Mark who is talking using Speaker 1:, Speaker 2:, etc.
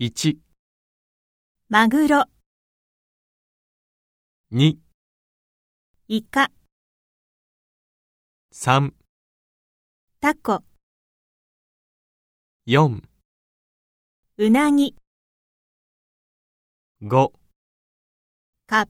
Speaker 1: 1、
Speaker 2: マグロ、
Speaker 1: 2、
Speaker 2: イカ、
Speaker 1: 3、
Speaker 2: タコ、
Speaker 1: 4、
Speaker 2: ウナギ、
Speaker 1: 5
Speaker 2: カッ